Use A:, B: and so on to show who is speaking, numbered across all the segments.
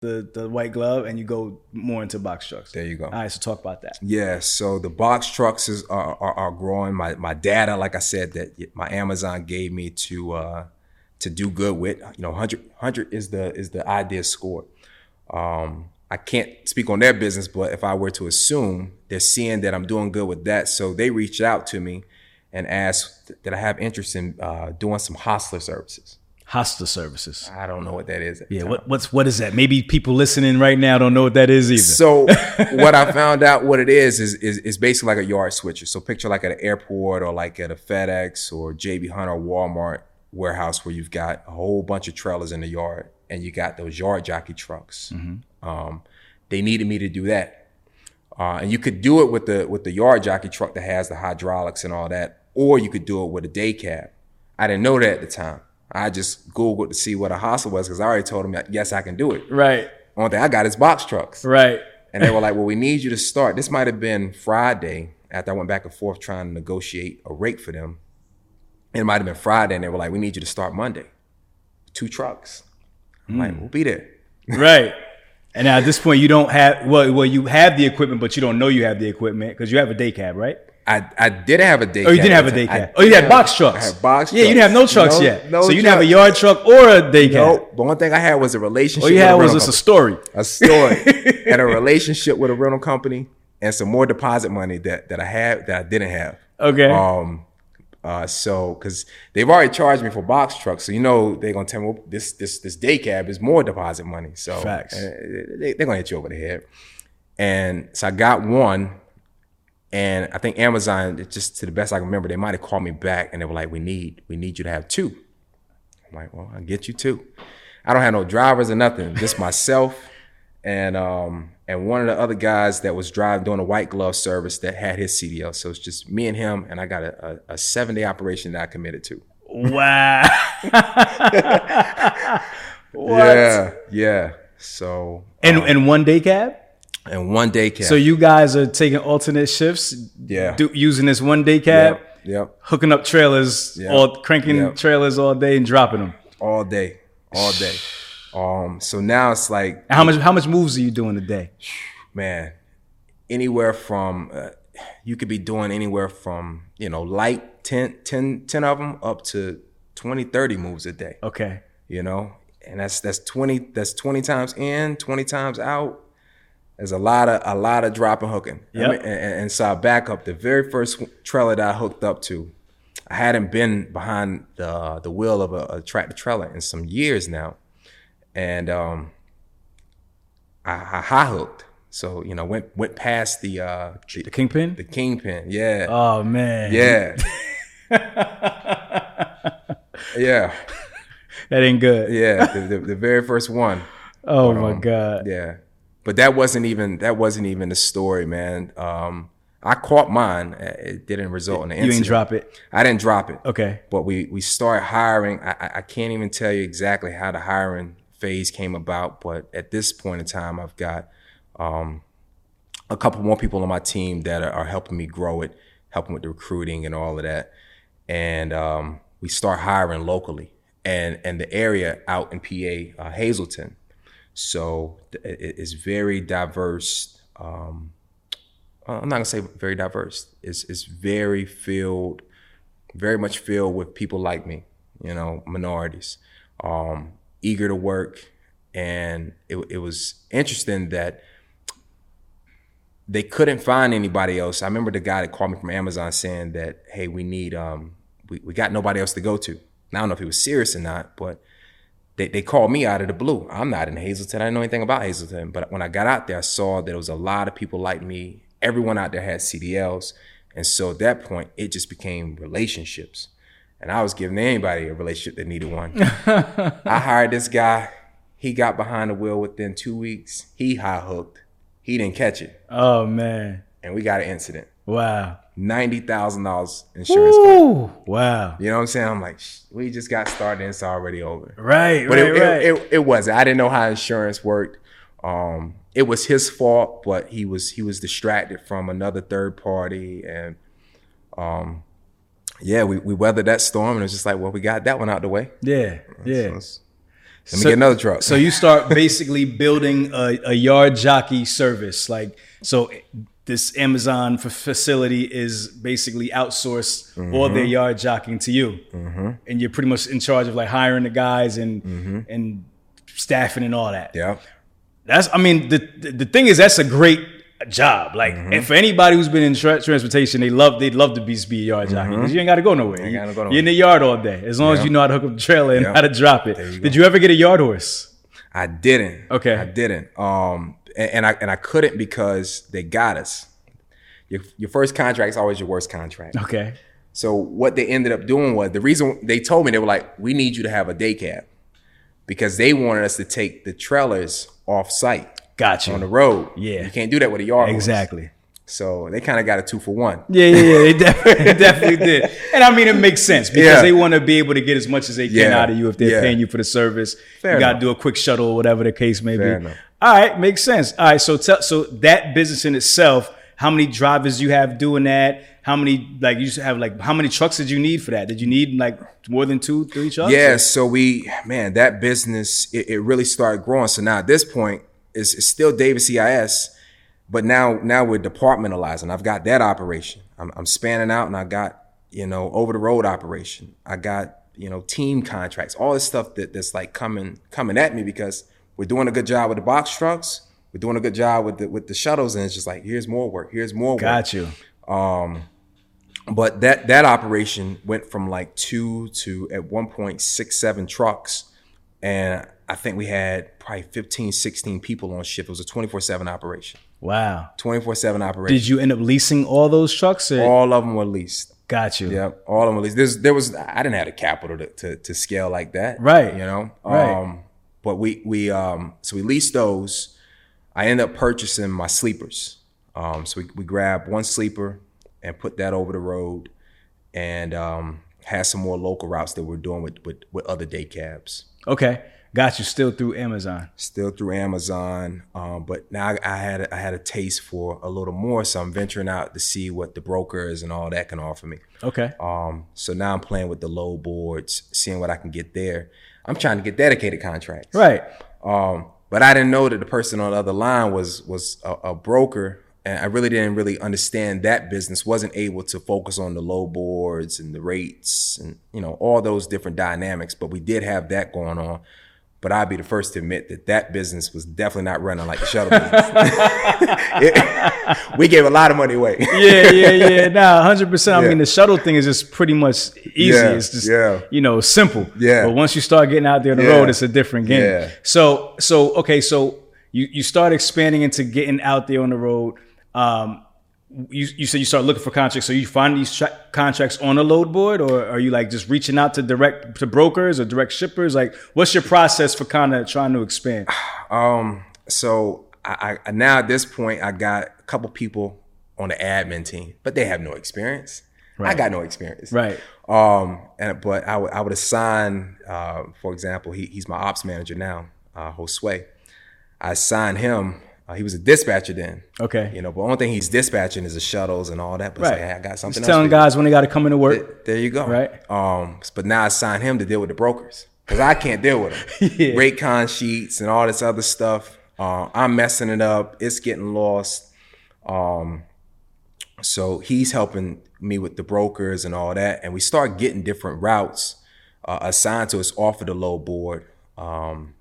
A: the the white glove and you go more into box trucks.
B: There you go.
A: All right, so talk about that.
B: Uh, Yeah, so the box trucks is, are, are are growing. My my data, like I said, that my Amazon gave me to uh, to do good with. You know, 100, 100 is the is the idea score. Um, I can't speak on their business, but if I were to assume, they're seeing that I'm doing good with that, so they reached out to me and asked that I have interest in uh, doing some hostler services.
A: Hostile services.
B: I don't know what that is. at the
A: Yeah,
B: time.
A: what what's what is that? Maybe people listening right now don't know what that is either.
B: So what I found out what it is is is, is basically like a yard switcher. So picture like at an airport or like at a FedEx or JB Hunt or Walmart warehouse where you've got a whole bunch of trailers in the yard and you got those yard jockey trucks. Um, they needed me to do that, uh, and you could do it with the with the yard jockey truck that has the hydraulics and all that, or you could do it with a day cab. I didn't know that at the time. I just googled to see what a hostel was because I already told them yes I can do it.
A: right,
B: Only thing I got is box trucks.
A: right.
B: And they were like, well, we need you to start. This might have been Friday after I went back and forth trying to negotiate a rate for them. It might have been Friday. And they were like, we need you to start Monday. Two trucks. I'm
A: Hmm.
B: like, we'll be there.
A: Right. And now at this point, you don't have well, well, you have the equipment, but you don't know you have the equipment because you have a day cab, right?
B: I, I didn't have a day
A: Oh, you didn't have a day cab. Oh, you had box trucks.
B: I had box
A: Yeah, you didn't have no trucks
B: trucks. No-
A: yet.
B: no
A: so you didn't have a
B: trucks.
A: yard truck or a day cab.
B: Nope. The one thing I had was a relationship.
A: All you
B: with
A: had
B: a
A: was
B: rental
A: just a story.
B: company. a story and a relationship with a rental company and some more deposit money that, that I had that I didn't have.
A: Okay.
B: Um, uh, so because they've already charged me for box trucks, so you know they're gonna tell me well, this this this day cab is more deposit money. So
A: Facts.
B: uh, They, they're gonna hit you over the head. And so I got one, and I think Amazon it just to the best I can remember, they might have called me back and they were like, "We need we need you to have two. I'm like, "Well, I'll get you two. I don't have no drivers or nothing, just myself." And um and one of the other guys that was driving doing a white glove service that had his CDL, so it's just me and him, and I got a, a, a seven day operation that I committed to.
A: Wow. what?
B: Yeah, yeah. So uh,
A: And and one day cab.
B: and one day cab.
A: So you guys are taking alternate shifts.
B: Yeah.
A: Do, using this one day cab,
B: yep, yep,
A: hooking up trailers
B: Yeah.
A: or cranking
B: Yeah.
A: trailers all day and dropping them.
B: all day, all day. Um, so now it's like
A: And how much how much moves are you doing a day?
B: man, anywhere from uh, you could be doing anywhere from you know light 10, 10, 10 of them up to 20, 30 moves a day.
A: Okay.
B: you know and that's that's 20 that's 20 times in 20 times out there's a lot of a lot of drop and hooking I
A: Yep.
B: mean, and, and- and so i back up the very first trailer that i hooked up to i hadn't been behind the the wheel of a, a tractor trailer in some years now and um i, I high hooked so you know went went past the uh
A: The
B: the,
A: kingpin.
B: the kingpin yeah
A: oh man.
B: yeah yeah
A: That ain't good.
B: yeah the, the, the very first one
A: Oh my god.
B: Yeah. But that wasn't even that wasn't even the story, man. Um, I caught mine. Uh, It didn't result in an
A: You
B: incident.
A: ain't drop it.
B: I didn't drop it.
A: Okay.
B: But we we started hiring. I, I- I can't even tell you exactly how the hiring phase came about, but at this point in time, I've got um, a couple more people on my team that are, are helping me grow it, helping with the recruiting and all of that. And um, we start hiring locally, and and the area out in PA, uh, Hazleton. So th- it- it- it's very diverse. Um, uh, I'm not gonna say very diverse. It's it's very filled very much filled with people like me, you know, minorities, um, eager to work. And it, it was interesting that they couldn't find anybody else. I remember the guy that called me from Amazon saying that, hey, we need, um, we, we got nobody else to go to. Now, I don't know if he was serious or not, but they, they called me out of the blue. I'm not in Hazleton. I didn't know anything about Hazleton. But when I got out there, I saw that it was a lot of people like me. Everyone out there had CDLs. And so at that point, it just became relationships. And I was giving anybody a relationship that needed one. I hired this guy. He got behind the wheel within two weeks. He high hooked. He didn't catch it.
A: Oh man.
B: And we got an incident.
A: Wow.
B: $90,000 insurance. claim.
A: Ooh. Wow.
B: You know what I'm saying? I'm like, "Shh, we just got started and it's already over.
A: Right.
B: But
A: right.
B: it,
A: right.
B: It, it, it wasn't. I didn't know how insurance worked. Um, it was his fault, but he was he was distracted from another third party, and um, yeah, we, we weathered that storm, and it was just like, well, we got that one out the way.
A: yeah. Yeah.
B: So it's- Let me get another truck.
A: So you start basically building a, a yard jockey service. Like so, this Amazon f- facility is basically outsourced all their yard jockeying to you, and you're pretty much in charge of like hiring the guys and and staffing and all that.
B: yeah.
A: That's I mean the the the thing is that's a great job. Like and for anybody who's been in tra- transportation, they love they'd love to be be a yard jockey because you ain't got to go nowhere. You,
B: gotta go
A: are in the yard all day as long as you know how to hook up the trailer and how to drop it. Did you ever get a yard horse?
B: I didn't.
A: Okay.
B: I didn't. Um, and, and I and I couldn't because they got us. Your, your first contract is always your worst contract.
A: Okay.
B: So what they ended up doing was the reason they told me they were like, we need you to have a day cab because they wanted us to take the trailers off site
A: Got
B: on the
A: you.
B: road.
A: Yeah.
B: you can't do that with a yard. horse.
A: Exactly.
B: So they kind of got a two for one.
A: Yeah, yeah, yeah. They definitely, they definitely did. And I mean, it makes sense because
B: Yeah.
A: they want to be able to get as much as they can
B: Yeah.
A: out of you if they're
B: Yeah.
A: paying you for the service. you got to
B: enough.
A: do a quick shuttle or whatever the case may
B: Fair
A: be.
B: enough.
A: All right, makes sense. All right, so tell so that business in itself, how many drivers you have doing that? How many like you used to have like how many trucks did you need for that? Did you need like more than two, three trucks?
B: Yeah, so we, man, that business, it, it really started growing. So now at this point, it's, it's still Davis CIS, but now now we're departmentalizing. I've got that operation. I'm, I'm spanning out and I got, you know, over the road operation. I got, you know, team contracts, all this stuff that, that's like coming coming at me because we're doing a good job with the box trucks. We're doing a good job with the with the shuttles, and it's just like here's more work, here's more work
A: Got you.
B: but that that operation went from like two to at one point six seven trucks and i think we had probably 15 16 people on shift it was a 24-7 operation
A: Wow.
B: 24-7 operation
A: Did you end up leasing all those trucks? Or?
B: all of them were leased
A: Got you.
B: yeah all of them were leased There's, there was i didn't have the capital to, to, to scale like that
A: Right.
B: you know
A: Right.
B: um but we we um so we leased those i ended up purchasing my sleepers um so we, we grabbed one sleeper and put that over the road and um, had some more local routes that we're doing with, with, with other day cabs.
A: Okay. Got you still through Amazon.
B: Still through Amazon, um, but now I, I had a, I had a taste for a little more, so I'm venturing out to see what the brokers and all that can offer me.
A: Okay.
B: Um, so now I'm playing with the low boards, seeing what I can get there. I'm trying to get dedicated contracts,
A: Right.
B: um, but I didn't know that the person on the other line was was a, a broker, and I really didn't really understand that business. wasn't able to focus on the low boards and the rates, and you know all those different dynamics. But we did have that going on. But I'd be the first to admit that that business was definitely not running like the shuttle business. It- we gave a lot of money away.
A: yeah, yeah, yeah. Nah, hundred percent. I
B: Yeah.
A: mean, the shuttle thing is just pretty much easy.
B: Yeah,
A: it's just
B: yeah.
A: you know simple.
B: Yeah.
A: But once you start getting out there on the
B: Yeah.
A: road, it's a different game.
B: Yeah.
A: So, so okay, so you you start expanding into getting out there on the road. Um, you you said you start looking for contracts. So you find these tra- contracts on a load board, or are you like just reaching out to direct to brokers or direct shippers? Like, what's your process for kind of trying to expand?
B: Um, so I, I now at this point I got a couple people on the admin team, but they have no experience. I got no experience.
A: Right.
B: Um, and but I would I would assign, uh, for example, he, he's my ops manager now, uh, Josue. I assigned him. Uh, he was a dispatcher then,
A: Okay.
B: you know. But only thing he's dispatching is the shuttles and all that. But it's
A: Right.
B: like, hey, I got
A: Just
B: something else.
A: telling
B: for you.
A: guys when they got to come into work.
B: There you go.
A: Right.
B: Um, but now I assign him to deal with the brokers because I can't deal with them. Rate con sheets and all this other stuff. Uh, I'm messing it up. It's getting lost. Um, so he's helping me with the brokers and all that, and we start getting different routes uh, assigned to us off of the low board. Um,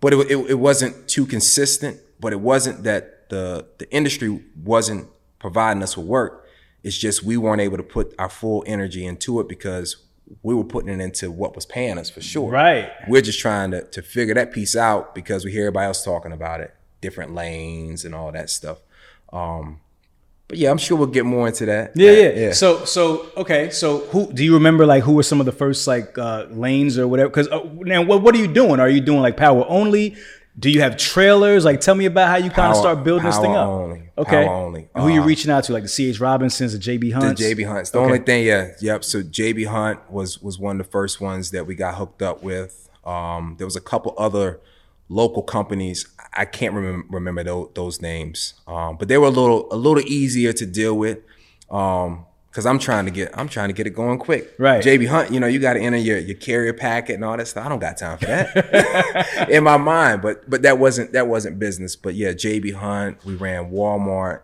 B: but it, wa- it, it wasn't too consistent. But it wasn't that the the industry wasn't providing us with work. It's just we weren't able to put our full energy into it because we were putting it into what was paying us for sure.
A: Right.
B: We're just trying to to figure that piece out because we hear everybody else talking about it, different lanes and all that stuff. Um, but yeah, I'm sure we'll get more into that.
A: Yeah, yeah, So, so okay. So, who do you remember? Like, who were some of the first like uh, lanes or whatever? Because uh, now, what what are you doing? Are you doing like power only? Do you have trailers? Like, tell me about how you kind
B: Power-
A: of start building this thing
B: power
A: up.
B: only,
A: okay.
B: power only.
A: Who you
B: Uh,
A: reaching out to? Like the C. H. Robinsons, the J. B. Hunts.
B: The JB Hunts. The only thing, yeah, yep. So JB Hunt was was one of the first ones that we got hooked up with. Um, there was a couple other local companies. I can't remember remember tho- those names, um, but they were a little a little easier to deal with because because I'm trying to get I'm trying to get it going quick.
A: Right.
B: JB Hunt, you know, you got to enter your your carrier packet and all that stuff. I don't got time for that in my mind. But but that wasn't that wasn't business. But yeah, JB Hunt. We ran Walmart.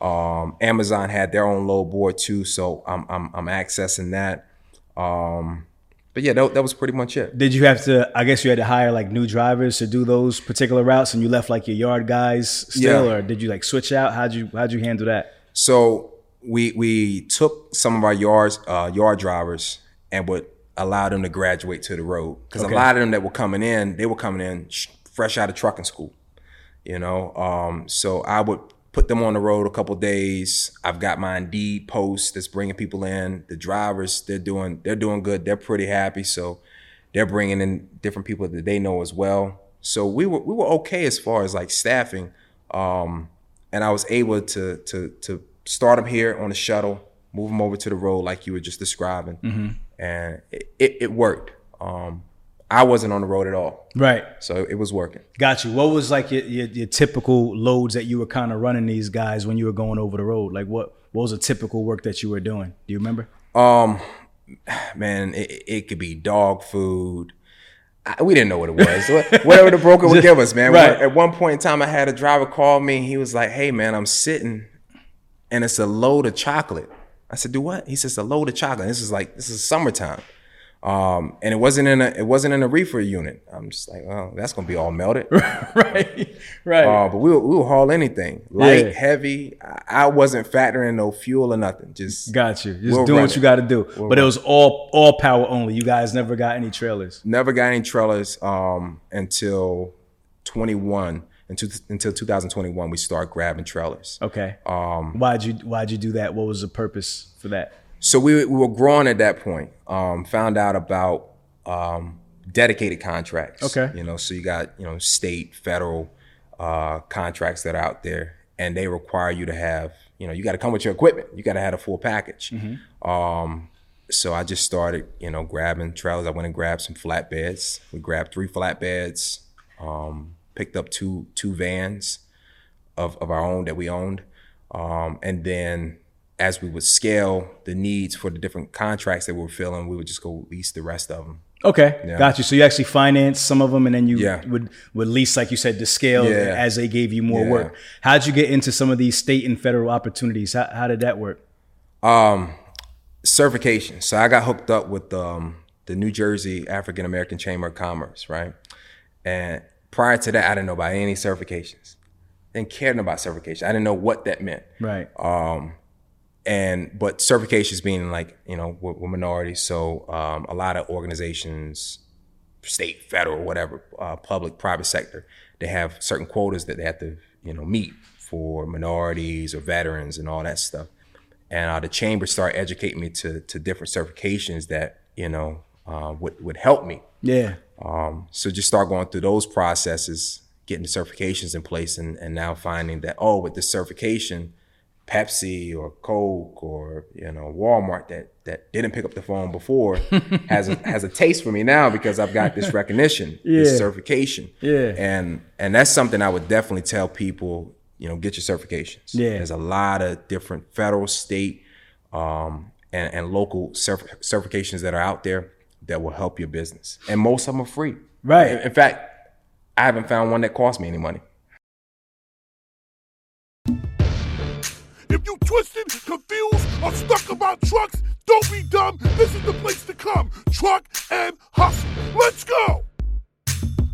B: Um, Amazon had their own low board too, so I'm I'm, I'm accessing that. Um, but yeah, that, that was pretty much it.
A: Did you have to? I guess you had to hire like new drivers to do those particular routes, and you left like your yard guys still,
B: Yeah.
A: or did you like switch out? How'd you How'd you handle that?
B: So we we took some of our yards uh, yard drivers and would allow them to graduate to the road because a lot of them that were coming in, they were coming in sh- fresh out of trucking school, you know. Um, so I would put them on the road a couple days. I've got my Indeed post that's bringing people in. The drivers they're doing they're doing good. They're pretty happy. So they're bringing in different people that they know as well. So we were we were okay as far as like staffing, um, and I was able to to to start them here on the shuttle, move them over to the road like you were just describing, and it, it, it worked. Um, I wasn't on the road at all,
A: Right,
B: so it was working.
A: got you. What was like your your, your typical loads that you were kind of running these guys when you were going over the road? Like what what was a typical work that you were doing? Do you remember?
B: Um, man, it, it could be dog food. I, we didn't know what it was. What- Whatever the broker would give us, man.
A: Right.
B: At one point in time, I had a driver call me. He was like, "Hey, man, I'm sitting, and it's a load of chocolate." I said, "Do what?" He says, "A load of chocolate." This is like this is summertime, um, and it wasn't in a it wasn't in a reefer unit. I'm just like, "Well, that's gonna be all melted."
A: right, right.
B: Uh, but we will we will haul anything, light,
A: Yeah.
B: heavy. I, I wasn't factoring no fuel or nothing. Just
A: Got you. Just
B: We'll
A: doing
B: run
A: what you
B: it.
A: got to do. but it was all all power only. You guys never got any trailers.
B: never got any trailers um, until 21 until, until 2021 we start grabbing trailers
A: Okay. Um. Why'd you Why'd you do that? What was the purpose for that?
B: so we, we were growing at that point um, found out about um, dedicated contracts
A: Okay.
B: you know so you got you know state federal uh, contracts that are out there and they require you to have you know you got to come with your equipment you got to have a full package um, so i just started you know grabbing trailers i went and grabbed some flatbeds we grabbed three flatbeds um, picked up two two vans of, of our own that we owned. Um, and then as we would scale the needs for the different contracts that we were filling, we would just go lease the rest of them.
A: Okay, got you. So you actually financed some of them, and then you
B: Yeah.
A: would would lease, like you said, to scale
B: Yeah.
A: as they gave you more
B: Yeah.
A: work. How'd you get into some of these state and federal opportunities? How, how did that work?
B: Um, certification. So I got hooked up with um, the New Jersey African American Chamber of Commerce, right? And prior to that, I didn't know about any certifications. Didn't care nothing about certification. I didn't know what that meant.
A: Right.
B: Uh, and but certifications being like you know we're, we're minorities, so um, a lot of organizations, state, federal, whatever, uh, public, private sector, they have certain quotas that they have to you know meet for minorities or veterans and all that stuff. And uh, the chamber started educating me to to different certifications that you know uh, would would help me.
A: yeah.
B: So just start going through those processes, getting the certifications in place, and, and now finding that oh, with this certification, Pepsi or Coke or you know Walmart that that didn't pick up the phone before has a, has a taste for me now because I've got this recognition,
A: Yeah.
B: this certification,
A: Yeah.
B: and and that's something I would definitely tell people. You know, get your certifications.
A: Yeah.
B: there's a lot of different federal, state, um, and, and local cert- certifications that are out there that will help your business. And most of them are free.
A: Right.
B: In, in fact, I haven't found one that cost me any money.
C: If you twisted, confused, or stuck about trucks, don't be dumb. This is the place to come. Truck and hustle. Let's go.